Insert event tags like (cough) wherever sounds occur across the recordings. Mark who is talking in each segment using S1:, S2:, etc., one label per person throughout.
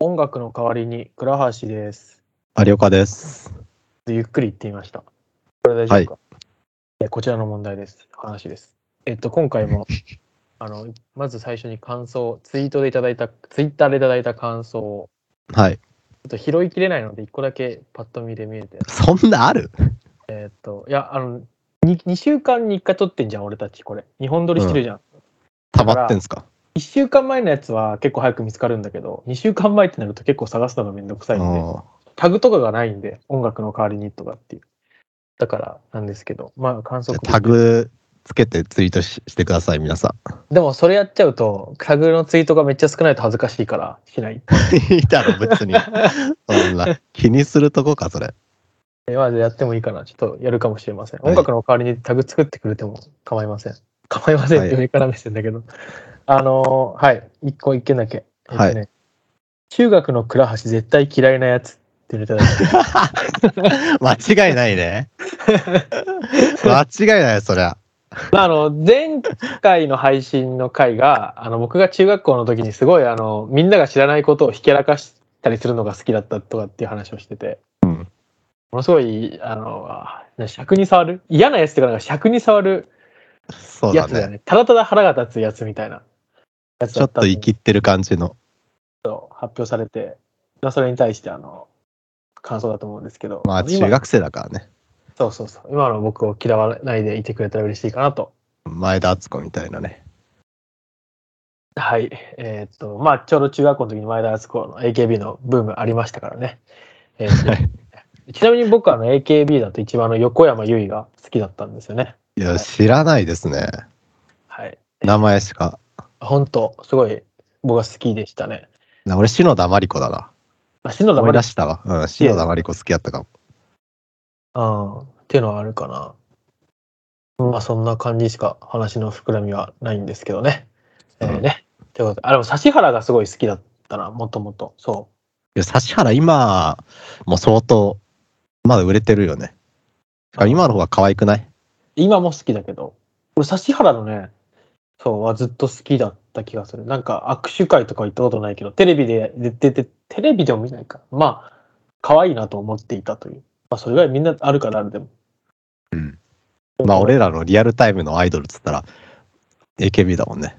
S1: 音楽の代わりに倉橋です。
S2: 有岡です。
S1: ゆっくり言ってみました。これ大丈夫か、えこちらの問題です。話です。えっと、今回も、あの、まず最初に感想、ツイートでいただいた、ツイッターでいただいた感想を、
S2: はい。
S1: ちょっと拾いきれないので、一個だけパッと見で見えて。
S2: そんなある
S1: えっと、いや、あの、2, 二週間に1回撮ってんじゃん、俺たち、これ。2本撮りしてるじゃん。
S2: 溜まってんすか
S1: 1週間前のやつは結構早く見つかるんだけど、2週間前ってなると結構探すのがめんどくさいんで。
S2: あ
S1: タグとかがないんで、音楽の代わりにとかっていう。だからなんですけど、まあ感
S2: ー
S1: 想
S2: タグつけてツイートししてください、皆さ
S1: でもそれやっちゃうと、タグのツイートがめっちゃ少ないと恥ずかしいから、しない。
S2: ん。い (laughs) いだろ、別に。そんな。気にするとこか、それ。
S1: えまあやってもいいかな。ちょっとやるかもしれません。
S2: はい
S1: 音楽の代わりにタグ作ってくれても構いません。構いませんって上から見せてんだけど。あのーはい。一個一件だけ。
S2: はい
S1: えっとね中学の倉橋絶対嫌いなやつっていうのいただいて。
S2: 間違いな
S1: (laughs)
S2: いね。間違いない、そりゃ。
S1: まあ、あの前回の配信の回があの僕が中学校の時にすごいあのみんなが知らないことをひけらかしたりするのが好きだったとかっていう話をしてて、
S2: うん
S1: ものすごいあのあ尺に触る嫌なやつっていうかなんか尺に触る
S2: そう
S1: や
S2: だ
S1: つだよ
S2: ね。
S1: ねただただ腹が立つやつみたいなやつ
S2: ちょ
S1: だ
S2: っ
S1: った
S2: と
S1: の
S2: 生
S1: に
S2: きってる感じの。
S1: 発表されてまあそれに対してあの感想だと思うんですけど、
S2: まあ、
S1: 今
S2: 中学生だからね。
S1: そうそうそう今の僕を嫌わないでいてくれたら嬉しいかなと
S2: 前田敦子みたいなね。
S1: はい。えーっと、まあ、ちょうど中学校の時に前田敦子の AKB のブームありましたからね。えーっと
S2: はい
S1: ちなみに僕はあの AKB だと一番あの横山由依が好きだったんですよね。
S2: いや、知らないですね。
S1: はい。
S2: 名前しか。
S1: 本当すごい僕は好きでしたね。
S2: な俺、篠田麻里子だな。
S1: まあ、篠田
S2: 思
S1: ま
S2: い
S1: り、う
S2: 出
S1: ん、っ
S2: したわ。うん、篠田麻里子好きやったかも。
S1: ていうのはあるかな。まあ、そんな感じしか話の膨らみはないんですけどね。えーね。ということで、あ、でも指原がすごい好きだったな、もともと。そう。
S2: いや指原今もう相当まだ売れてるよねしかも今の方が可愛くない
S1: 今も好きだけど俺指原のねそうはずっと好きだった気がするなんか握手会とか行ったことないけどテレビで出ててテレビでも見ないかまあ可愛いなと思っていたというまあそれぐらいみんなあるからあるでも
S2: うんまあ俺らのリアルタイムのアイドルっつったら AKB だもんね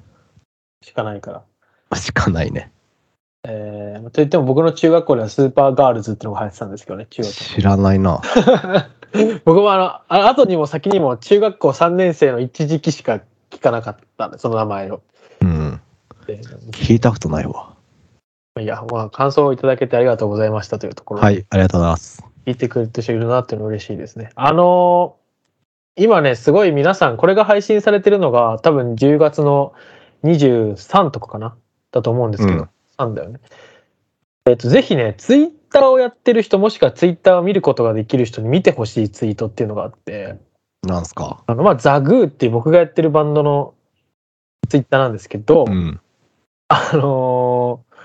S1: しかないから
S2: しかないね
S1: えー、といっても僕の中学校ではスーパーガールズってのが流行ってたんですけどね中
S2: (laughs)
S1: 学
S2: 知らないな
S1: 僕もあのあ後にも先にも中学校3年生の一時期しか聞かなかったんでその名前を
S2: うん
S1: で
S2: 聞いたことないわ
S1: いやまあ感想をいただけてありがとうございましたというところで
S2: はいありがとうございます
S1: 聞いてくれてる人いるなっていうの嬉しいですね。あのー今ね、すごい皆さん、これが配信されてるのが、多分10月の23とかかなだと思うんですけ
S2: う
S1: ど、3だよね。えっと、ぜひね、ツイッターをやってる人、もしくはツイッターを見ることができる人に見てほしいツイートっていうのがあって、
S2: なんすか
S1: あの、まあ、ザグーっていう僕がやってるバンドのツイッターなんですけど、
S2: うん
S1: あのー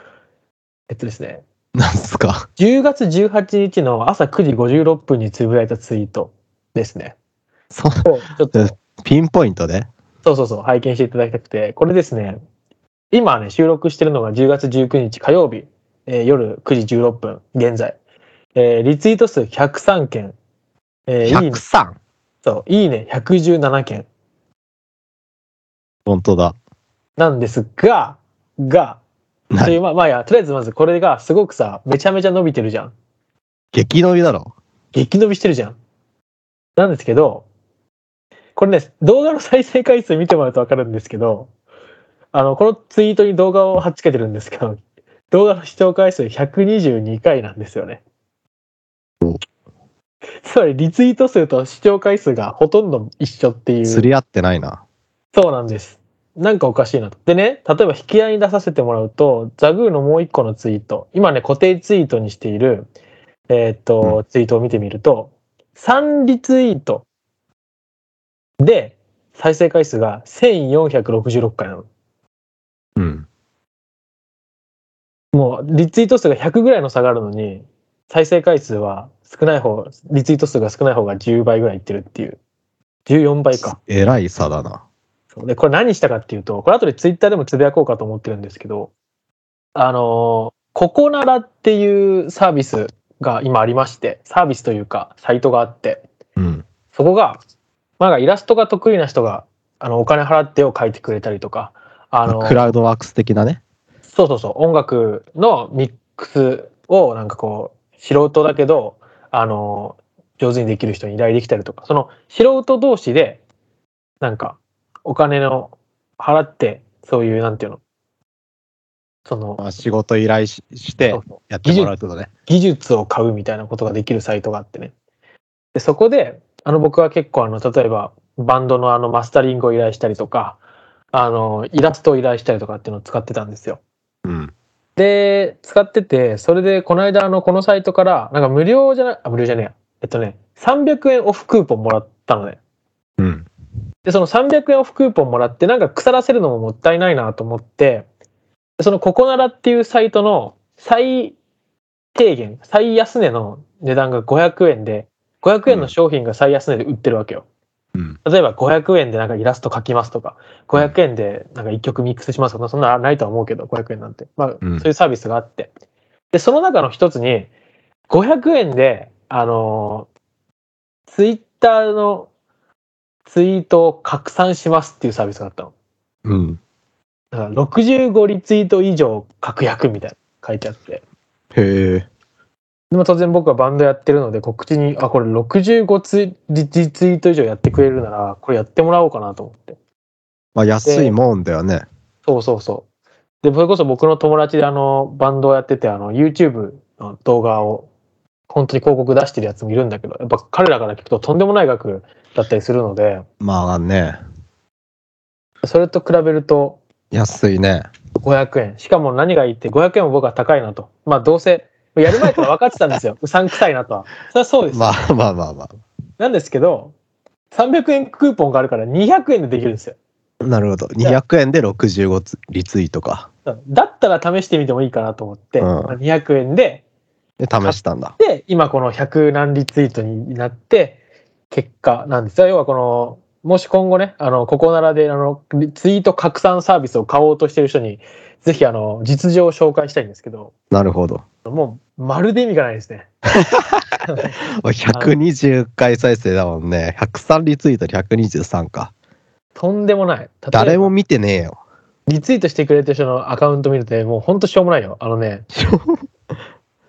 S1: えっとですね、
S2: なんすか
S1: 10月18日の朝9時56分につぶやいたツイートですね。
S2: そう
S1: をちょっと、
S2: えピンポイントで
S1: そうそうそう、拝見していただきたくて、これですね、今ね、収録してるのが10月19日火曜日、えー夜9時16分、現在。えーリツイート数103件、えーいいね、
S2: 103
S1: そう、いいね、117件
S2: 本当だ
S1: なんですが、が、
S2: 何
S1: という、まあ、まあいいや、とりあえずまずこれがすごくさ、めちゃめちゃ伸びてるじゃん。
S2: 激伸びだろ
S1: 激伸びしてるじゃん。なんですけど、これね、動画の再生回数見てもらうと分かるんですけど、あの、このツイートに動画を貼っつけてるんですけど、動画の視聴回数122回なんですよね。つまりリツイート数と視聴回数がほとんど一緒っていう。
S2: 釣り合ってないな
S1: そうなんです。なんかおかしいなと。でね、例えば引き合いに出させてもらうと、ザグーのもう一個のツイート、今ね、固定ツイートにしている、えーっと、
S2: う
S1: ツイートを見てみると、3リツイートで、再生回数が1466回なの。
S2: うん
S1: もう、リツイート数が100ぐらいの差があるのに、再生回数は少ない方、リツイート数が少ない方が10倍ぐらいいってるっていう。14倍か。
S2: えらい差だな
S1: そうで、これ何したかっていうと、これ後でツイッターでもつぶやこうかと思ってるんですけど、あのーココナラっていうサービスが今ありまして、サービスというか、サイトがあって、
S2: うん。
S1: そこが、まあ、イラストが得意な人が、あの、お金払ってを書いてくれたりとか、あの、
S2: クラウドワークス的なね。
S1: そうそうそう、音楽のミックスを、なんかこう、素人だけど、あの、上手にできる人に依頼できたりとか、その素人同士で、なんか、お金の払って、そういう、なんていうの、その、
S2: まあ、仕事依頼しして
S1: そうそう
S2: やってもらうってことね。
S1: 技術を買うみたいなことができるサイトがあってね。で、そこで、あの、僕は結構、あの、例えば、バンドのあの、マスタリングを依頼したりとか、あの、イラストを依頼したりとかっていうのを使ってたんですよ。
S2: うん。
S1: で、使ってて、それで、この間、あの、このサイトから、なんか無料じゃな、あ、無料じゃねえや。えっとね、300円オフクーポンもらったのね。
S2: うん。
S1: で、その300円オフクーポンもらって、なんか腐らせるのももったいないなと思って、そのココナラっていうサイトの最低限、最安値の値段が500円で、500円の商品が最安値で売ってるわけよ。
S2: うん。
S1: 例えば500円でなんかイラスト描きますとか、500円でなんか一曲ミックスしますとか、そんなのないとは思うけど、500円なんて。まあ、そううんいうサービスがあって。で、その中の一つに、500円で、あのー、ツイッターのツイートを拡散しますっていうサービスがあったの。
S2: うん。
S1: だから65リツイート以上確約みたいなの書いてあって。
S2: へえ。
S1: でも当然僕はバンドやってるので告知に、あ、これ65ツイリリツイート以上やってくれるなら、これやってもらおうかなと思って。
S2: まあ、安いもんだよね。
S1: そうそうそう。で、それこそ僕の友達であの、バンドをやってて、あの、YouTube の動画を、本当に広告出してるやつもいるんだけど、やっぱ彼らから聞くととんでもない額だったりするので、
S2: まあね。
S1: それと比べると
S2: 安いね。
S1: 500円。しかも何がいいって500円も僕は高いなと。まあどうせ、やる前から分かってたん
S2: (laughs)
S1: ですよ。うさんくさいなとは。それはそうです。
S2: まあまあまあま
S1: なんですけど、300円クーポンがあるから200円でできるんですよ。
S2: あ。なるほど。200円で65つリツイートか。
S1: だったら試してみてもいいかなと思って、
S2: うん
S1: まあ200円で
S2: で、試したんだ。
S1: で、今この100何リツイートになって、結果なんです。要はこの、もし今後ね、あの、ここならで、あの、ツイート拡散サービスを買おうとしてる人に、ぜひ、あの、実情を紹介したいんですけど、
S2: なるほど。
S1: まるで意味がないですね。
S2: 120回再生だもんね。103リツイート123か。
S1: とんでもない。例えば
S2: 誰も見てねえよ。 (laughs)
S1: リツイートしてくれてる人のアカウント見るとね、もうほんとしょうもないよ。あのね、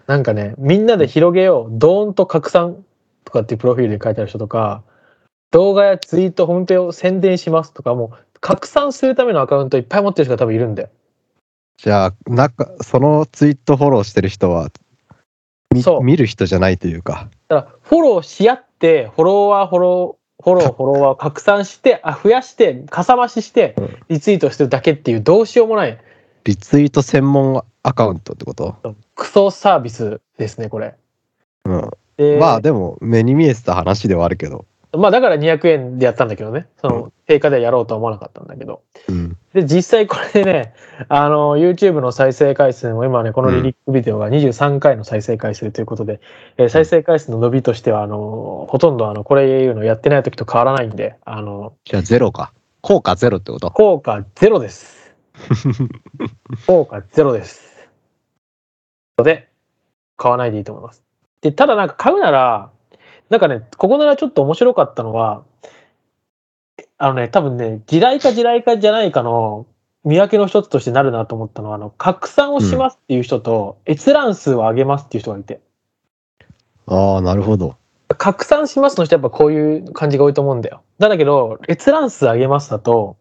S1: なんかね、みんなで広げよう、ドーンと拡散とかっていうプロフィールで書いてある人とか、動画やツイート、本当を宣伝しますとか、もう拡散するためのアカウントいっぱい持ってる人が多分いるんで。
S2: じゃあ、なんか、そのツイートフォローしてる人は、み
S1: そう
S2: 見る人じゃないというか。
S1: だから、フォローし合って、フォロワー、フォロー、フォロー、フォロワーを拡散して、あ、増やして、かさ増しして
S2: うん、
S1: リツイートしてるだけっていう、どうしようもない、
S2: リツイート専門アカウントってこと
S1: クソサービスですね、これ。
S2: うん。
S1: で
S2: まあ、でも、目に見えてた話ではあるけど。
S1: まあだから200円でやったんだけどね。そうの定価ではやろうとは思わなかったんだけど。
S2: うん。
S1: で、実際これでね、あの、YouTube の再生回数も今ね、このリリックビデオが23回の再生回数ということで、えー再生回数の伸びとしては、あの、ほとんどあの、これ言うのやってない時と変わらないんで、あの、
S2: じゃあ、ゼロか。効果ゼロってこと
S1: 効果ゼロです。効果ゼロです。ので、買わないでいいと思います。で、ただなんか買うなら、なんかね、ここならちょっと面白かったのは、あのね、多分ね、地雷か地雷かじゃないかの見分けの一つとしてなるなと思ったのは、あの、拡散をしますっていう人と、閲覧数を上げますっていう人がいて、
S2: ああ、なるほど。
S1: 拡散しますの人やっぱこういう感じが多いと思うんだよ。なんだけど、閲覧数上げますだと、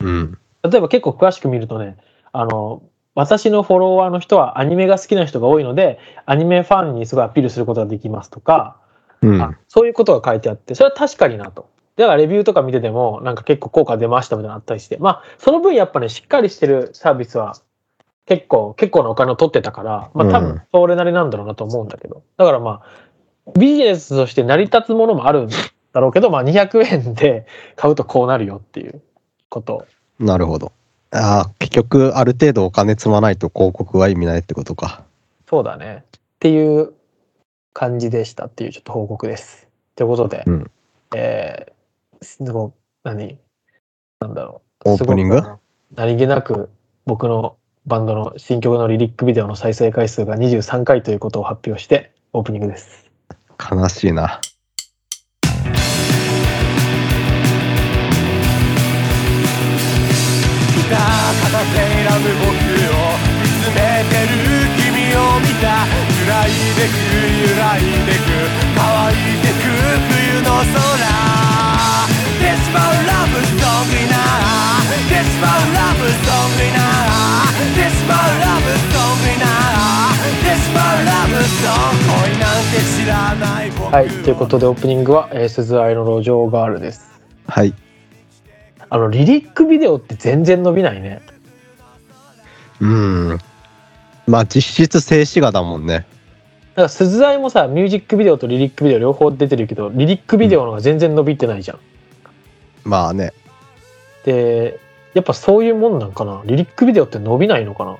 S2: うん。
S1: 例えば結構詳しく見るとね、あの、私のフォロワーの人はアニメが好きな人が多いので、アニメファンにすごいアピールすることができますとか、
S2: うん。
S1: あそういうことが書いてあって、それは確かになと。だからレビューとか見てても、なんか結構効果出ましたみたいなのあったりして、まあ、その分やっぱね、しっかりしてるサービスは結構、結構なお金を取ってたから、まあ多
S2: うん
S1: 分、それなりなんだろうなと思うんだけど。だからまあ、ビジネスとして成り立つものもあるんだろうけど、まあ200円で買うとこうなるよっていうこと
S2: なるほど。ああ、結局、ある程度お金積まないと広告は意味ないってことか。
S1: そうだね。っていう感じでしたっていうちょっと報告です。ということで、
S2: うん
S1: えー、すご何なんだろう。
S2: オープニング
S1: すごく何気なく僕のバンドの新曲のリリックビデオの再生回数が23回ということを発表して、オープニングです。
S2: 悲しいな。
S3: 「片手選ぶ僕を見つめてる君を見た」「揺らいでく揺らいでく乾いてく冬の空」「This my love song in a This my love song in a This my love song in a This my love song」恋なんて知らない僕を
S1: はい、ということでオープニングは、えー、鈴愛の路上ガールです。
S2: はい。
S1: あの、リリックビデオって全然伸びないね。
S2: うん。まあ実質静止画だもんね。
S1: なんか鈴愛もさ、ミュージックビデオとリリックビデオ両方出てるけど、リリックビデオの方が全然伸びてないじゃん。
S2: まあね。
S1: で、やっぱそういうもんなんかな。リリックビデオって伸びないのかな。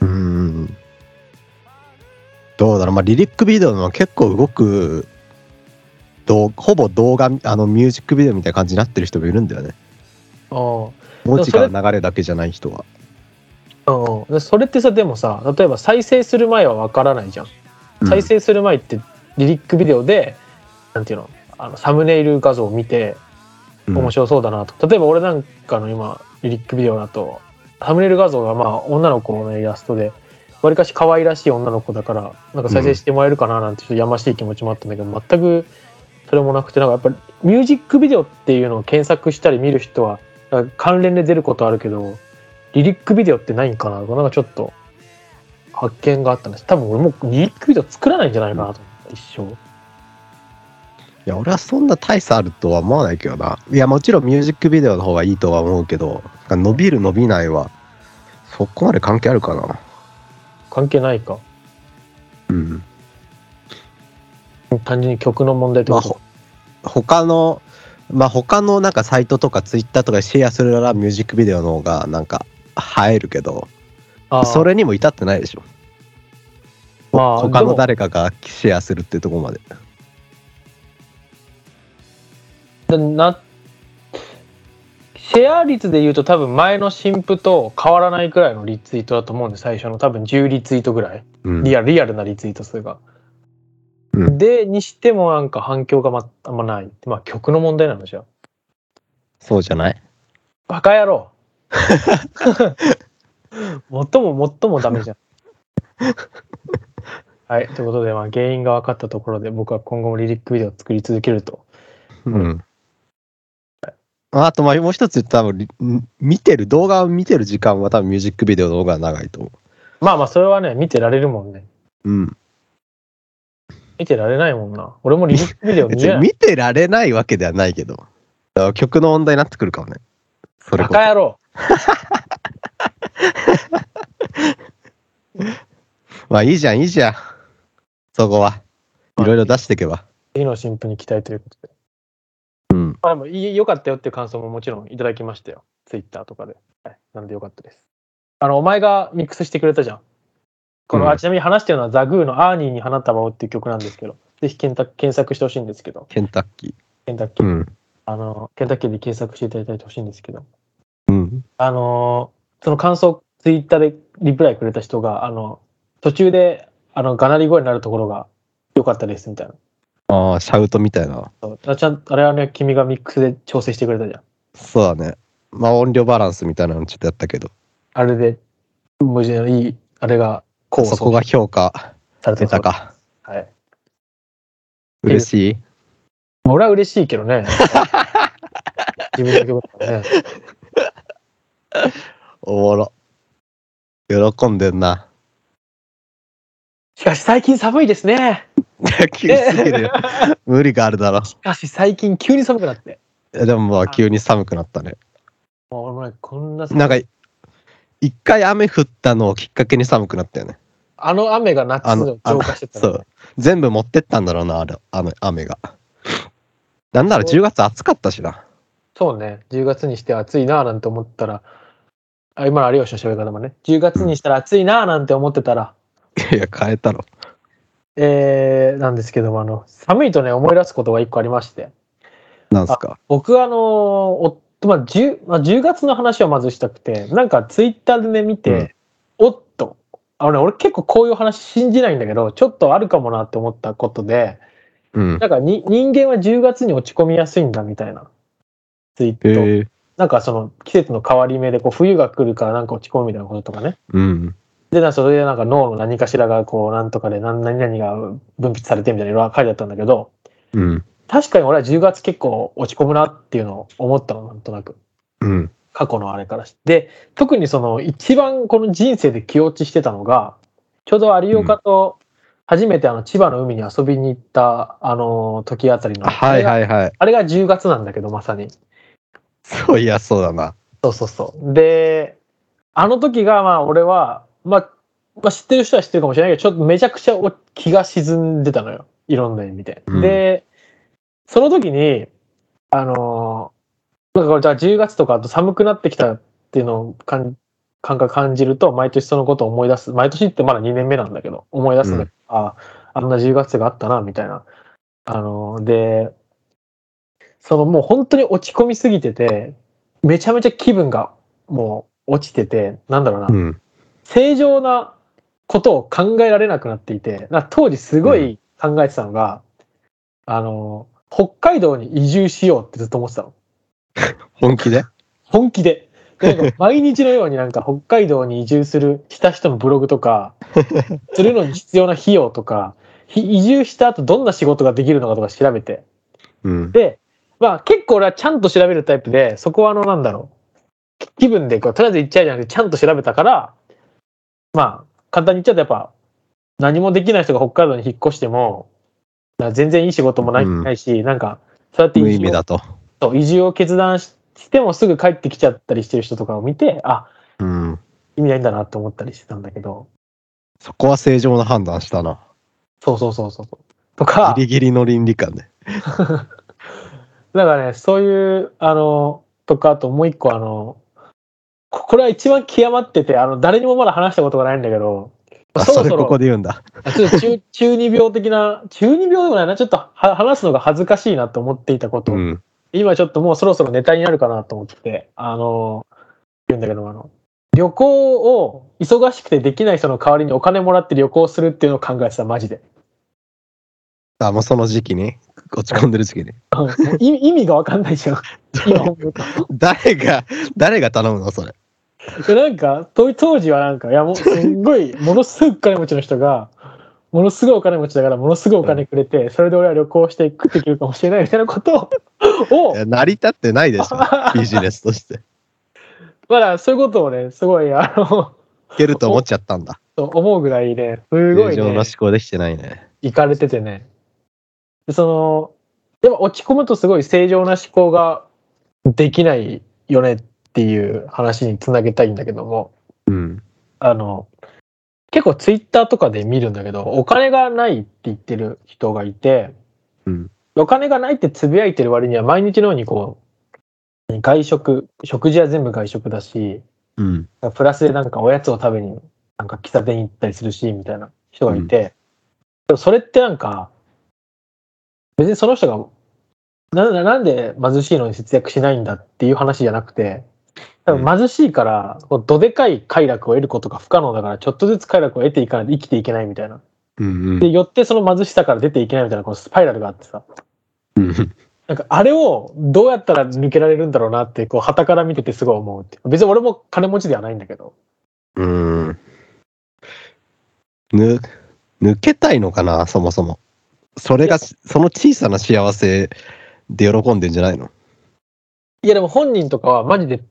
S2: うん。どうだろう。まあリリックビデオの結構動く、どうほぼ動画、あのミュージックビデオみたいな感じになってる人もいるんだよね。
S1: ああ。
S2: 文字が流れだけじゃない人は。
S1: うん、でそれってさでもさ例えば再生する前はわからないじゃん
S2: うん
S1: 再生する前ってリリックビデオで、なんていうのあのサムネイル画像を見て
S2: うん
S1: 面白そうだなと、例えば俺なんかの今リリックビデオだとサムネイル画像がまあ女の子のイラストでわりかし可愛らしい女の子だからなんか再生してもらえるかななんてちょっとやましい気持ちもあったんだけど全くそれもなくてなんかやっぱりミュージックビデオっていうのを検索したり見る人はなんか関連で出ることあるけどリリックビデオってないんかなとかなんかちょっと発見があったんです多分俺もうリリックビデオ作らないんじゃないかなと思った一生。
S2: いや、俺はそんな大差あるとは思わないけどな。いや、もちろんミュージックビデオの方がいいとは思うけど、伸びる伸びないは、そこまで関係あるかな。
S1: 関係ないか
S2: うん。
S1: 単純に曲の問題って
S2: ま
S1: こ
S2: あ、
S1: と
S2: ほ他の、まあ、他のなんかサイトとかツイッターとかでシェアするならミュージックビデオの方がなんか映えるけど、
S1: あー
S2: それにも至ってないでしょ。
S1: まあ
S2: 他
S1: で
S2: の
S1: も
S2: 誰かがシェアするっていうところまで。
S1: でなシェア率で言うと多分前の新婦と変わらないくらいのリツイートだと思うんで最初の多分10リツイートぐらい
S2: うん
S1: リアルリアルなリツイート数が、
S2: うん
S1: でにしてもなんか反響がまあんまないまあ曲の問題なのじゃ
S2: そうじゃない
S1: バカ野
S2: (laughs)
S1: 郎最も最もダメじゃんはいということで、まあ、原因が分かったところで僕は今後もリリックビデオを作り続けると
S2: うん。あと、まあ、もう一つ多分、ん見てる、動画を見てる時間は多分ミュージックビデオの方が長いと思
S1: まあまあそれはね見てられるもんね
S2: う。うん。
S1: 見てられないもんな。俺もリリックビデオ見
S2: 別
S1: れ
S2: に
S1: ない。
S2: (laughs) 見てられないわけではないけど、だから曲の問題になってくるかもね。それ
S1: バ
S2: こそ
S1: カ野郎
S2: まあいいじゃん、いいじゃん。そこは。いろいろ出していけば。
S1: 次の新婦に期待ということで。
S2: うん。
S1: まあでもいい、良かったよっていう感想ももちろんいただきましたよ。ツイッターとかで。はい。なんで良かったです。あの、お前がミックスしてくれたじゃん。この、
S2: うん
S1: あちなみに話してるのはザグーのアーニーに花束をっていう曲なんですけど、ぜひ検索検索してほしいんですけど、
S2: ケンタッキ
S1: ケンタッキ
S2: ー。
S1: ー、
S2: うん。
S1: あの、ケンタッキーで検索していただいてほしいんですけど、
S2: うん。
S1: あのーその感想、ツイッターでリプライくれた人が、あの、途中で、あの、がなり声になるところが良かったですみたいな。
S2: ああ、シャウトみたいな。
S1: そうあちゃんあれはね、君がミックスで調整してくれたじゃん。
S2: そうだね。まあ音量バランスみたいなのちょっとやったけど、
S1: あれで、無事のいい、あれが、こ
S2: そこが評価
S1: されて
S2: 出
S1: た
S2: た
S1: か。
S2: か。
S1: はい。
S2: 嬉しい。
S1: 俺は嬉しいけどね。
S2: (laughs)
S1: 自分の曲だからね。
S2: おもろ。喜んでんな。 (laughs)
S1: しかし最近寒いですね。
S2: 急すぎるよ。無理があるだろ。
S1: しかし最近急に寒くなって。
S2: でもまあ急に寒くなったね。
S1: もう俺もねこんな寒い
S2: なんか、一回雨降ったのをきっかけに寒くなったよね。
S1: あの雨が夏
S2: あ
S1: を
S2: の、あ
S1: 浄
S2: の
S1: 化してた
S2: そ
S1: の
S2: う。全部持ってったんだろうな、あれ、あの雨が。なんなら10月暑かったしな。 (laughs)
S1: そうね、10月にして暑いなぁなんて思ったら、あ今の有吉の喋り方もね、10月にしたら暑いなぁなんて思ってたら、
S2: いや、変えたろ。
S1: えー、なんですけども、あの、寒いとね、思い出すことが一個ありまして、
S2: なんすか。
S1: 僕はあの、おまあ、10, まあ10月の話をまずしたくて、なんかツイッターでね、見て、おっと、あのね、俺結構こういう話信じないんだけど、ちょっとあるかもなって思ったことで、
S2: うん。
S1: なんかに人間は10月に落ち込みやすいんだみたいなツイート。
S2: へえ。
S1: なんかその季節の変わり目で、こう冬が来るからなんか落ち込むみたいなこととかね。
S2: うん。
S1: で、なんかそれでなんか脳の何かしらがこう、なんとかで何何々が分泌されてみたいなのが書いてあったんだけど、
S2: うん。
S1: 確かに俺は10月結構落ち込むなっていうのを思ったの、なんとなく。
S2: うん。
S1: 過去のあれからして。で、特にその一番この人生で気落ちしてたのが、ちょうど有岡と初めてあの千葉の海に遊びに行ったあの時あたりの、
S2: はいはいはい。
S1: あれが10月なんだけど、まさに。
S2: そういや、そうだな。
S1: そうそうそう。で、あの時がまあ俺は、まあ、まあ、知ってる人は知ってるかもしれないけど、ちょっとめちゃくちゃお気が沈んでたのよ。いろんな意味で。
S2: うん
S1: で、その時に、あのーなんかこれじゃあ10月とかあと寒くなってきたっていうのをかん感覚感じると、毎年そのことを思い出す。毎年ってまだ2年目なんだけど、思い出すんだけど、ああ、あんな10月があったな、みたいな。あのーで、そのもう本当に落ち込みすぎてて、めちゃめちゃ気分がもう落ちてて、なんだろうな、
S2: うん。
S1: 正常なことを考えられなくなっていて、なんか当時すごい考えてたのが、あの、北海道に移住しようってずっと思ってたの。
S2: 本気で
S1: 本気で。で (laughs) なんか毎日のようになんか北海道に移住する、した人のブログと (laughs) か、するのに必要な費用とか、ひ移住した後どんな仕事ができるのかとか調べて、
S2: うん。
S1: で、まあ結構俺はちゃんと調べるタイプで、そこはあのなんだろう。き気分でこう、とりあえず行っちゃうじゃなくて、ちゃんと調べたから、まあ簡単に言っちゃうとやっぱ、何もできない人が北海道に引っ越しても、なんか全然いい仕事もない,、
S2: うん
S1: ないし、なんか、そうやって
S2: 無
S1: 移
S2: 意味
S1: 住
S2: だ
S1: を
S2: と。
S1: そう移住を決断ししてもすぐ帰ってきちゃったりしてる人とかを見て、あ、
S2: うん。
S1: 意味ないんだなって思ったりしてたんだけど、
S2: そこは正常な判断したな。
S1: そうそうそうそう。とか、
S2: ギリギリの倫理観ね。
S1: だからね、そういう、あの、とか、あともう一個、あの、ここれは一番極まってて、あの、誰にもまだ話したことがないんだけど、
S2: あ
S1: そ
S2: そ
S1: ろ
S2: れ
S1: そ
S2: こ
S1: ろ
S2: こ、で言うんだ。
S1: あちょっと中、中二病的な、中二病でもないな、ちょっとは話すのが恥ずかしいなと思っていたこと、
S2: うん。
S1: 今ちょっともうそろそろネタになるかなと思って、あの、言うんだけど、あの、旅行を忙しくてできない人の代わりにお金もらって旅行するっていうのを考えてた、マジで。
S2: あ、もうその時期に落ち込んでる時期に。
S1: い意味がわかんないじゃ
S2: (laughs)
S1: ん。今思うと
S2: 誰が、誰が頼むのそれ。
S1: でなんかと当時はなんかいやもうすんご
S2: (laughs)
S1: いものすごいお金持ちの人がものすごいお金持ちだからものすごいお金くれて、それで俺は旅行して食っていけるかもしれないみたいなことをを
S2: (laughs) いや成り立ってないでしょ。ビジネスとして。い
S1: (laughs) まだそういうことをねすごいあの
S2: けると思っちゃったんだ。
S1: と思うぐらいねすご
S2: 正
S1: い
S2: 常な
S1: ね
S2: 思考できてないね。
S1: 行かれててねでそのやっぱ落ち込むとすごい正常な思考ができないよねっていう話につなげたいんだけども
S2: うん。
S1: あの、結構ツイッターとかで見るんだけど、お金がないって言ってる人がいて、
S2: うん
S1: お金がないってつぶやいてる割には毎日のようにこう、外食、食事は全部外食だし、
S2: うん。
S1: プラスでなんかおやつを食べに、なんか喫茶店行ったりするし、みたいな人がいて、でもそれってなんか、別にその人が、なななんで貧しいのに節約しないんだっていう話じゃなくて、多分貧しいから、こうどでかい快楽を得ることが不可能だから、ちょっとずつ快楽を得ていかないと生きていけないみたいな。
S2: うんう
S1: で、よってその貧しさから出ていけないみたいな、このスパイラルがあってさ。
S2: ん。
S1: なんかあれをどうやったら抜けられるんだろうなって、こう、旗から見ててすごい思うっていう。別に俺も金持ちではないんだけど。
S2: うん。ぬ、抜けたいのかな、そもそも。それが、その小さな幸せで喜んでんじゃないの
S1: いやでも本人とかはマジで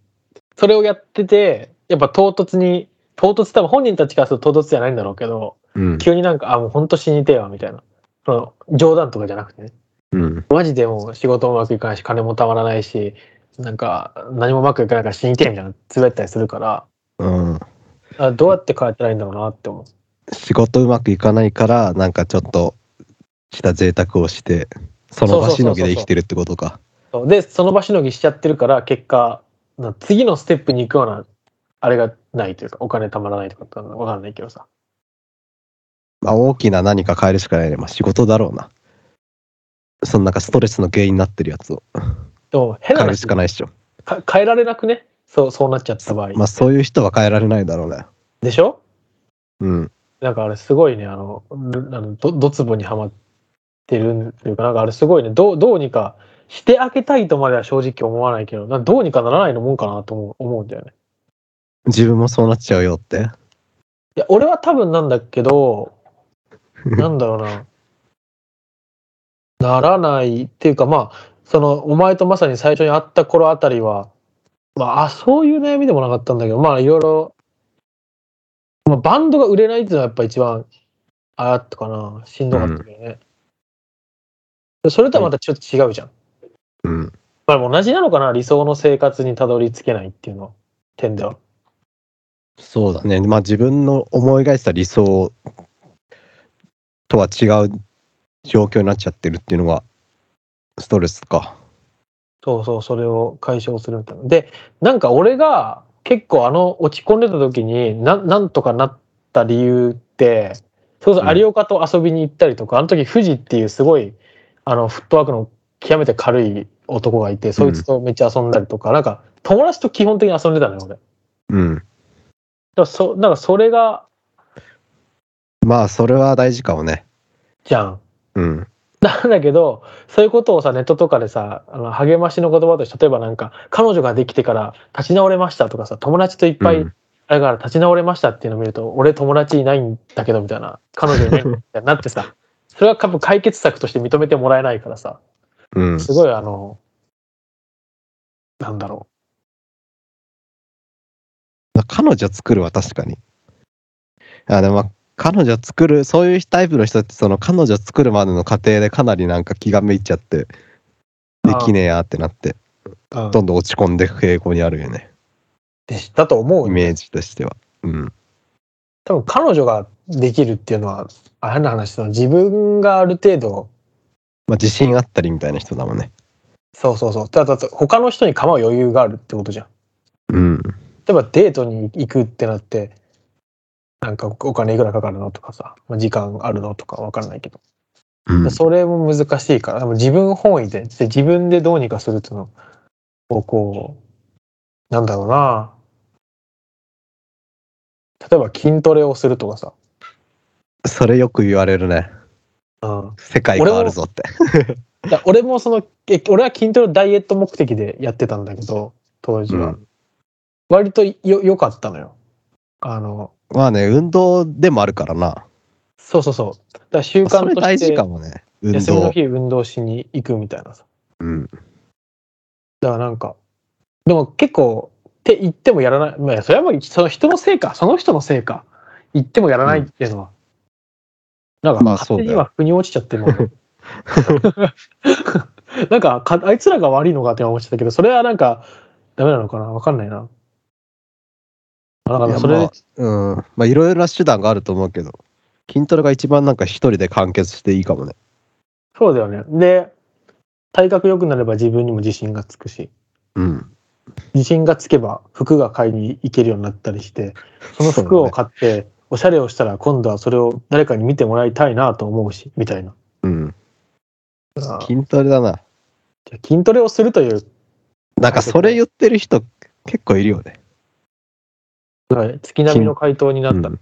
S1: それをやっててやっぱ唐突に唐突多分本人たちからすると唐突じゃないんだろうけど
S2: うん。
S1: 急になんかあもうほんと死にてえわみたいなその冗談とかじゃなくてね
S2: うん。
S1: マジでもう仕事もうまくいかないし金もたまらないしなんか何もうまくいかないから死にてえみたいな滑ったりするから
S2: うん。
S1: あどうやって変えたらいいんだろうなって思う
S2: 仕事うまくいかないから、なんかちょっとした贅沢をして、その場しのぎで生きてるってことか。
S1: そうでその場しのぎしちゃってるから結果な次のステップに行くようなあれがないというかお金たまらないとかわかんないけどさ
S2: まあ、大きな何か変えるしかないね。まあ、仕事だろうな。そのなんかストレスの原因になってるやつを
S1: でも変な
S2: 変える
S1: 話
S2: しかないっしょ。
S1: か変えられなくねそう、そうなっちゃった場合。
S2: まあそういう人は変えられないだろうね。
S1: でしょ
S2: うん。
S1: なんかあれすごいね、あの、ルあのど、どつぼにはまってるというか、なんかあれすごいね、どう、どうにかしてあげたいとまでは正直思わないけど、なんどうにかならないのもんかなと思う思うんだよね。
S2: 自分もそうなっちゃうよって。
S1: いや、俺は多分なんだけど、なんだろうな。ならないっていうか、まあ、その、お前とまさに最初に会った頃あたりは、まあ、あそういう悩みでもなかったんだけど、まあ、いろいろ、まあ、バンドが売れないっていうのはやっぱ一番、ああったかな、しんどかったけどね。それとはまたちょっと違うじゃん。
S2: うん。
S1: まあ、同じなのかな、理想の生活にたどり着けないっていうの、点では。
S2: そうだね。まあ自分の思い描いてた理想とは違う状況になっちゃってるっていうのがストレスか。
S1: そうそう、それを解消するみたいな。で、なんか俺が結構あの落ち込んでた時にな、なんとかなった理由って、そうそうう、
S2: ん
S1: 有岡と遊びに行ったりとか、あの時富士っていうすごい、あの、フットワークの極めて軽い男がいて、そいつとめっちゃ遊んだりとか、なんか友達と基本的に遊んでたのよ、俺。だか
S2: うん。
S1: らそ、なんかそれが、
S2: まあそれは大事かもね。
S1: じゃん。 (laughs)
S2: うん。
S1: なんだけど、そういうことをさ、ネットとかでさ、あの励ましの言葉として、例えばなんか、彼女ができてから立ち直れましたとかさ、友達といっぱい、
S2: うん
S1: だから立ち直れましたっていうのを見ると、俺友達いないんだけどみたいな、彼女いないみ (laughs) たいになってさ、それは多分解決策として認めてもらえないからさ、
S2: うん。
S1: すごいあの、なんだろ
S2: 彼女作るは確かに。あでもまあ彼女作るそういうタイプの人ってその彼女作るまでの過程でかなりなんか気がめいちゃってできねえやってなって
S1: う、うん
S2: どんどん落ち込んでいく傾向にあるよね
S1: でだと思う
S2: イ
S1: よ。
S2: メージとしては。うん、
S1: 多分彼女ができるっていうのは、あれの話、その自分がある程度、
S2: まあ、自信あったりみたいな人だもんね。
S1: そうそうそう、ただ他の人に構う余裕があるってことじゃん。
S2: うん、
S1: 例えばデートに行くってなってなんかお金いくらかかるのとかさまあ時間あるのとかわからないけど、
S2: うん、
S1: それも難しいからでも自分本位でで自分でどうにかするっていうのをこうなんだろうな例えば筋トレをするとかさ、
S2: それよく言われるね
S1: うん、
S2: 世界変わるぞって。
S1: いや俺もそのえ俺は筋トレをダイエット目的でやってたんだけど当時は、
S2: うん
S1: 割とよ良かったのよあの
S2: まあね運動でもあるからな。
S1: そうそうそうだから習慣として
S2: それ大事かもね運
S1: 休みの
S2: 動。
S1: 日運動しに行くみたいなさ。
S2: うん、
S1: だからなんか、でも結構、って言ってもやらない。まあ、それはもうその人のせいか、その人のせいか。言ってもやらないっていうのは。なんか、
S2: まあ
S1: 勝手に
S2: そうだよ
S1: 今、腑に落ちちゃってるもん。
S2: (laughs)
S1: なんかか、あいつらが悪いのかって思っちゃったけど、それはなんか、ダメなのかなわかんないな。だから、それ、
S2: いやうん、まあいろいろな手段があると思うけど筋トレが一番なんか一人で完結していいかもね
S1: そうだよね。で、体格良くなれば自分にも自信がつくし。
S2: うん
S1: 自信がつけば服が買いに行けるようになったりしてその服を買っておしゃれをしたら今度はそれを誰かに見てもらいたいなと思うしみたいな
S2: うん
S1: あー
S2: 筋トレだな
S1: 筋トレをするという
S2: なんかそれ言ってる人結構いるよね
S1: はい月並みの回答になった、
S2: うん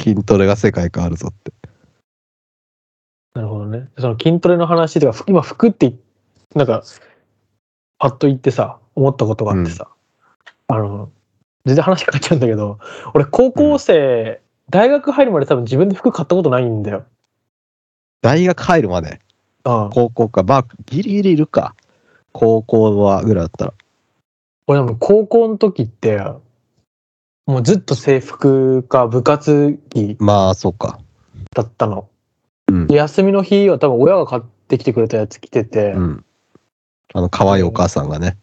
S2: 筋トレが世界変わるぞって
S1: なるほどねその筋トレの話とかふ今服ってなんかパッと言ってさ思ったことがあってさ、あの全然話変わっちゃうんだけど俺高校生、大学入るまで多分自分で服買ったことないんだよ、
S2: 大学入るまで
S1: うん、
S2: 高校かまあギリギリいるか高校はぐらいだったら
S1: 俺でも高校の時ってもうずっと制服か部活着
S2: まあそうか
S1: だったの、
S2: うん
S1: で休みの日は多分親が買ってきてくれたやつ着てて
S2: う、んあの可愛いお母さんがね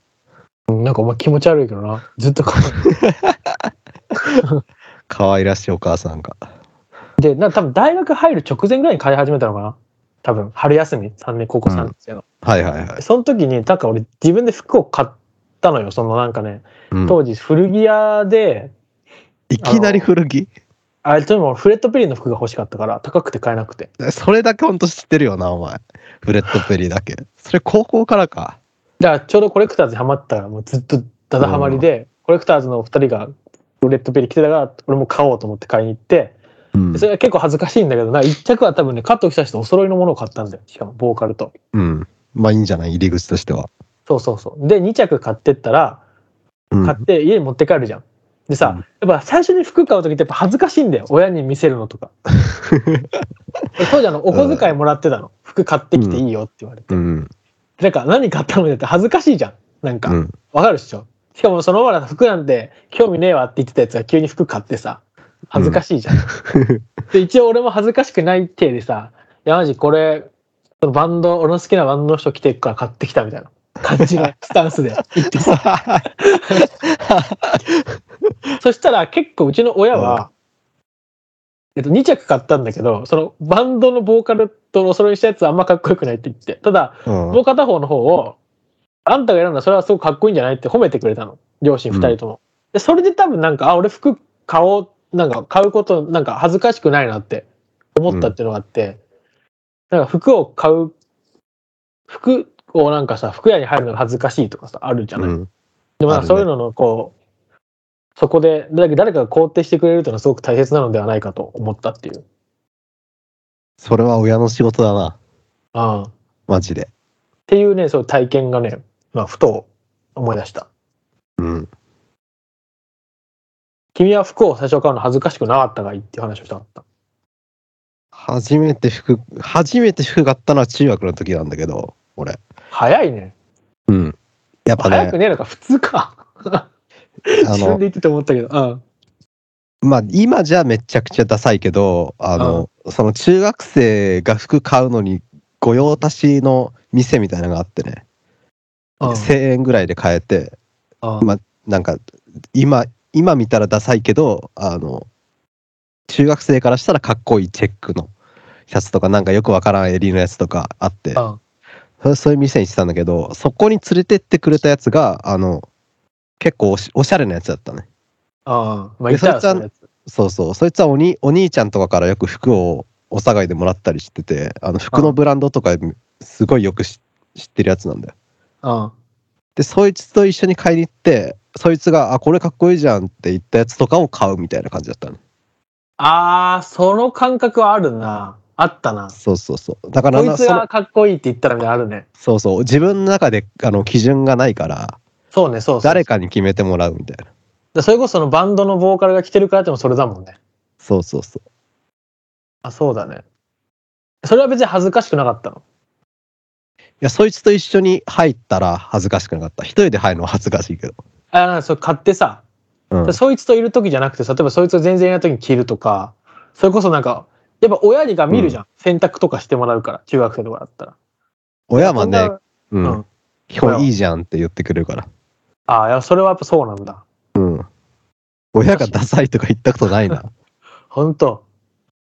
S1: なんかお前気持ち悪いけどなずっと買う
S2: 可愛らしいお母さんが
S1: でなんか多分大学入る直前ぐらいに買い始めたのかな多分春休み3年高校3年生の、
S2: はいはいはい、
S1: その時になんか俺自分で服を買ったのよそのなんかね
S2: うん、
S1: 当時古着屋で
S2: いきなり古着
S1: あれともフレットペリーの服が欲しかったから高くて買えなくて
S2: それだけほんと知ってるよなお前フレットペリーだけそれ高校からか
S1: だからちょうどコレクターズにハマったから、もうずっとダダハマりで、コレクターズのお二人がレッドペリ来てたから、俺も買おうと思って買いに行って、
S2: うん
S1: でそれは結構恥ずかしいんだけどな、一着は多分ね、加藤久志とお揃いのものを買ったんだよ。しかも、ボーカルと。
S2: うん。まあいいんじゃない入り口としては。
S1: そうそうそう。で、2着買ってったら、
S2: うん。
S1: 買って家に持って帰るじゃん。でさ、やっぱ最初に服買う時ってやっぱ恥ずかしいんだよ。親に見せるの
S2: (laughs)
S1: とか。当時あの、お小遣いもらってたの。服買ってきていいよって言われて。
S2: うん。
S1: なんか何買ったのよって恥ずかしいじゃん。なんか、
S2: う
S1: (laughs) わ、
S2: ん。
S1: かるっしょ。しかもそのまま服なんて興味ねえわって言ってたやつが急に服買ってさ、恥ずかしいじゃん。で、一応俺も恥ずかしくない体でさ、いやマジこれ、そのバンド、俺の好きなバンドの人来てるから買ってきたみたいな感じのスタンス (laughs) で行ってさ。そしたら結構うちの親は、えっと、2着買ったんだけど、そのバンドのボーカルとお揃いしたやつはあんまかっこよくないって言って、ただ、
S2: うん
S1: もう片方の方を、あんたが選んだそれはすごくかっこいいんじゃないって褒めてくれたの。両親二人とも。で、それで多分なんか、あ、俺服買おう、なんか買うこと、なんか恥ずかしくないなって思ったっていうのがあって、なんか服を買う、服をなんかさ、服屋に入るのが恥ずかしいとかさ、あるじゃない。
S2: うん
S1: でもなん
S2: ある
S1: か
S2: ね
S1: そういうのの、こう、そこで、だけど誰かが肯定してくれるというのはすごく大切なのではないかと思ったっていう。
S2: それは親の仕事だな。
S1: うん。っ
S2: マジで。
S1: ていうね、そういう体験がね、まあ、ふと思い出した。
S2: うん。
S1: 君は服を最初買うの恥ずかしくなかったがいいっていう話をしたかった。
S2: 初めて服、初めて服買ったのは中学の時なんだけど、俺。
S1: 早いね。
S2: うん。やっぱ
S1: 早く
S2: ね、
S1: ねえのか、普通か。
S2: あ
S1: 自分
S2: の
S1: で、言ってて思ったけど。うん。
S2: まあ今じゃめちゃくちゃダサいけど、あの、その中学生が服買うのに御用達の店みたいなのがあってね、
S1: うん
S2: 1000円ぐらいで買えて、
S1: うん
S2: まあなんか今今見たらダサいけどあの中学生からしたらかっこいいチェックのシャツとかなんかよくわからん襟のやつとかあって
S1: うん
S2: そそういう店にしてたんだけどそこに連れてってくれたやつがあの結構おしおしゃれなやつだったね
S1: うん。まあ、いたら
S2: そいつ
S1: そうい
S2: は
S1: うやつ
S2: そうそうそいつはおにお兄ちゃんとかからよく服をお下がいでもらったりしててあの服のブランドとかすごいよくし知ってるやつなんだよ
S1: うん。
S2: でそいつと一緒に買いに行ってそいつが「あこれかっこいいじゃん」って言ったやつとかを買うみたいな感じだったね
S1: あー、その感覚はあるな。あったな。
S2: そうそうそうだから
S1: こ
S2: ない
S1: つ
S2: その
S1: がかっこいいって言ったらみたいなのあるね。
S2: そうそう自分の中であの基準がないから
S1: そうね、そうそう
S2: 誰かに決めてもらうみたいな
S1: でそれこそそのバンドのボーカルが来てるからってもそれだもんね。
S2: そうそうそ
S1: あ、そうだね。それは別に恥ずかしくなかったの。
S2: ういやそいつと一緒に入ったら恥ずかしくなかった一人で入るのは恥ずかしいけど
S1: あ、なんかそれ買ってさ、
S2: うん
S1: そいつといる時じゃなくて例えばそいつが全然いない時に着るとかそれこそなんかやっぱ親にが見るじゃん、洗濯とかしてもらうから中学生とかだったら
S2: 親はね、う
S1: そん
S2: ん
S1: なうん、
S2: 基本いいじゃんって言ってくれるから
S1: ああいやそれはやっぱそうなんだ
S2: 親がダサいとか言ったことないな
S1: 本当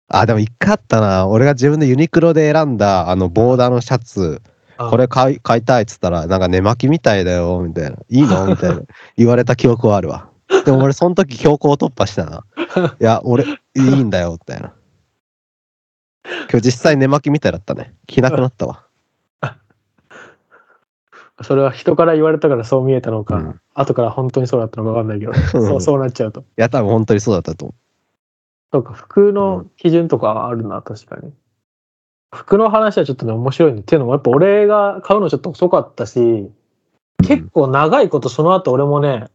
S2: あでも一回あったな俺が自分でユニクロで選んだあのボーダーのシャツ
S1: あ
S2: これ買い買いたいっつったら、なんか寝巻きみたいだよ、みたいな。いい
S1: (laughs)
S2: のみたいな。言われた記憶はあるわ。でも俺、その時、強行突破した
S1: (laughs)
S2: な。いや、俺、いいんだよ、みたいな。今日実際寝巻きみたいだったね。着なくなったわ。
S1: それは人から言われたからそう見えたのか、
S2: うん
S1: 後から本当にそうだったのか分かんないけど、そうそうなっちゃうと
S2: いや、多分本当にそうだったと思
S1: そうか服
S2: う
S1: の基準とかはあるな確かに服の話はちょっとね面白いねっていうのもやっぱ俺が買うのちょっと遅かったし
S2: う。
S1: 結構長いことその後俺もね、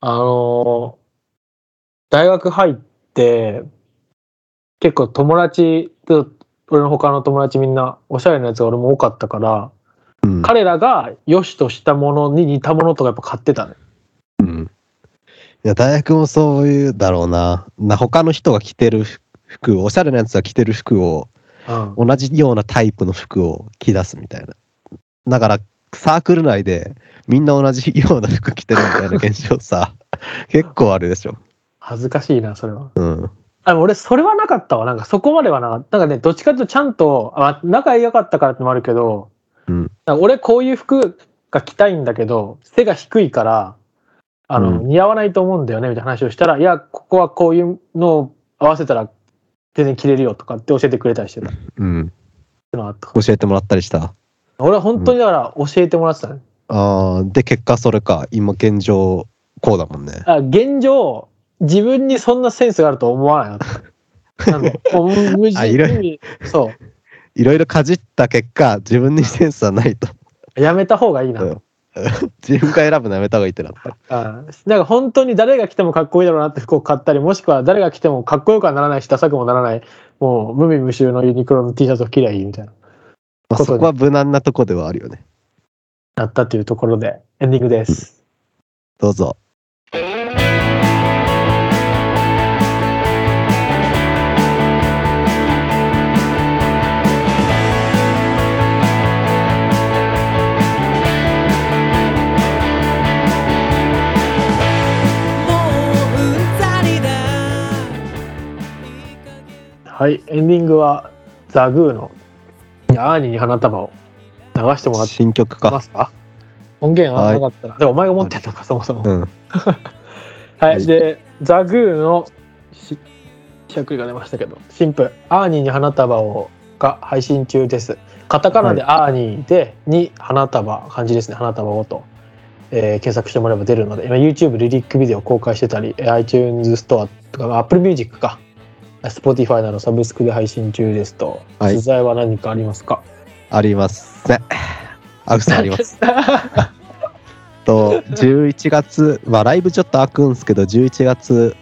S1: あのー大学入って、結構友達と、俺の他の友達みんなおしゃれなやつが俺も多かったから、
S2: うん、
S1: 彼らが良しとしたものに似たものとかやっぱ買ってたね。
S2: うんいや、大学もそういうだろうな。な他の人が着てる服、おしゃれなやつが着てる服を、
S1: うん。
S2: 同じようなタイプの服を着出すみたいな。だから、サークル内でみんな同じような服着てるみたいな現象さ、 (laughs) 結構あるでしょ。
S1: 恥ずかしいな、それは。
S2: うん。
S1: あ、でも俺それはなかったわ。なんかそこまではなかった。なんかね、どっちかというとちゃんと、あ仲良かったからってのもあるけど、
S2: うん
S1: なんか俺こういう服が着たいんだけど、背が低いから、あの、
S2: うん
S1: 似合わないと思うんだよね、みたいな話をしたら、いや、ここはこういうのを合わせたら全然着れるよとかって教えてくれたりしてたってい
S2: うん。
S1: うのがあったから
S2: 教えてもらったりした。
S1: 俺は本当にだから教えてもらってたね。
S2: あーで結果それか今現状こうだもんね
S1: あ現状自分にそんなセンスがあると思わないなとなんでもう無事
S2: あいろいろ
S1: にそ
S2: いろいろかじった結果自分にセンスはないと
S1: うやめた方がいいなと、
S2: うん自分が選ぶのやめた方がいいってなった
S1: あなんか本当に誰が来てもかっこいいだろうなって服を買ったりもしくは誰が来てもかっこよくはならないしダサくもならないもう無味無臭のユニクロの T シャツを着りゃいいみたいな
S2: まあ、
S1: ことで
S2: そこは無難なとこではあるよね。
S1: なったというところでエンディングです、
S2: どうぞ。
S4: もううんざりだ
S1: はいエンディングはザグーの「アーニーに花束」を流してもらって
S2: 新曲か
S1: ま。すか音源はなかったら、でもお前が持ってたのかそもそも
S2: うん。
S1: は
S2: はい
S1: い、で、ザグーのししゃくりが出ましたけど、新婦、アーニーに花束をが配信中です。カタカナでアーニーで、に花束、漢字ですね、花束をと、えー検索してもらえば出るので、今 YouTube リリックビデオ公開してたり、えー iTunes ストアとか、まあ Apple Music か、Spotify などサブスクで配信中ですと、
S2: はい
S1: 取材は何かありますか
S2: ありますせん。アクさんあります。
S1: す。は
S2: と、11月、まあライブちょっと開くんですけど、11月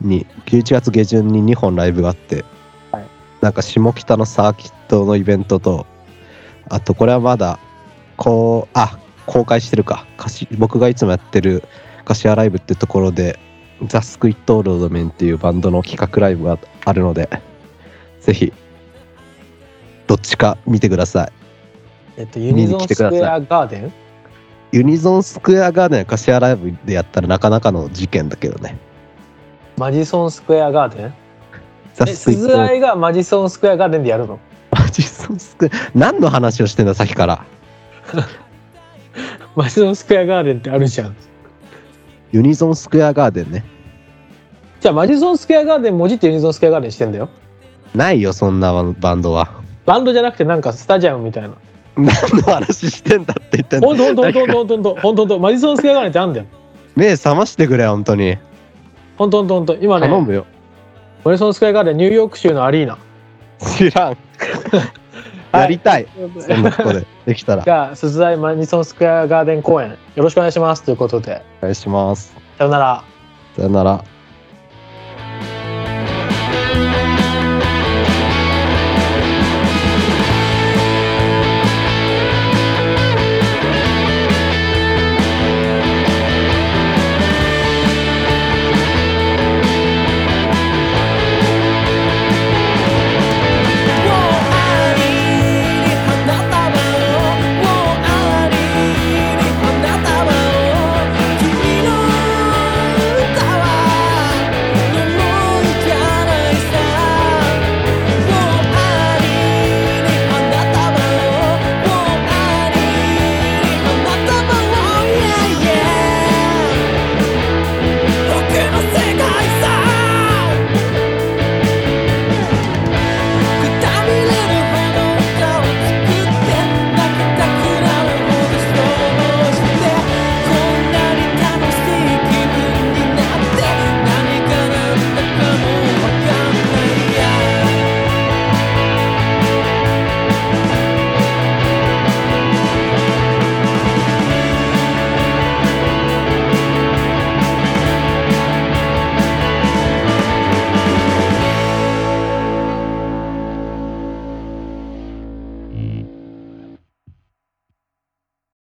S2: に、11月下旬に2本ライブがあって、
S1: はい
S2: なんか下北のサーキットのイベントと、あとこれはまだ、こう、あ、公開してるか。かし僕がいつもやってる柏ライブってところで、ザ・スクイット・ロードメンっていうバンドの企画ライブがあるので、ぜひ、どっちか見てください。
S1: (laughs) えっと、ユニゾンスク
S2: 見に来てく
S1: エ
S2: ださ
S1: アガーデン
S2: ユニゾンスクエアガーデン柏ライブでやったらなかなかの事件だけどね。
S1: マジソンスクエアガーデン
S2: ザ
S1: え
S2: スイッ
S1: 鈴
S2: ト (laughs)
S1: 愛がマジソンスクエアガーデンでやるの
S2: マジソンスクエア何の話をしてんださっきから。
S1: マジソンスクエアガーデンってあるじゃん
S2: ユニゾンスクエアガーデンね。
S1: じゃあマジソンスクエアガーデン文字ってユニゾンスクエアガーデンしてんだよ
S2: ないよそんなバンドは。 (laughs)
S1: バンドじゃなくてなんかスタジアムみたいな
S2: 何の話してんだって言ってんだ。
S1: ほんとほんとほんとほんとほんとほんとほんとマジソンスクエアガーデンってあんだよ
S2: 目覚ましてくれ本当に。
S1: ほんとほんとほんと今ね
S2: 頼
S1: マ
S2: むよ。
S1: ジソンスクエアガーデンニューヨーク州のアリーナ
S2: 知らん。やりたい。そんなと
S1: (laughs)
S2: こでできたら
S1: じゃあ鈴愛マジソンスクエアガーデン公演よろしくお願いしますということで
S2: お願いします。
S1: さよなら
S2: さよなら。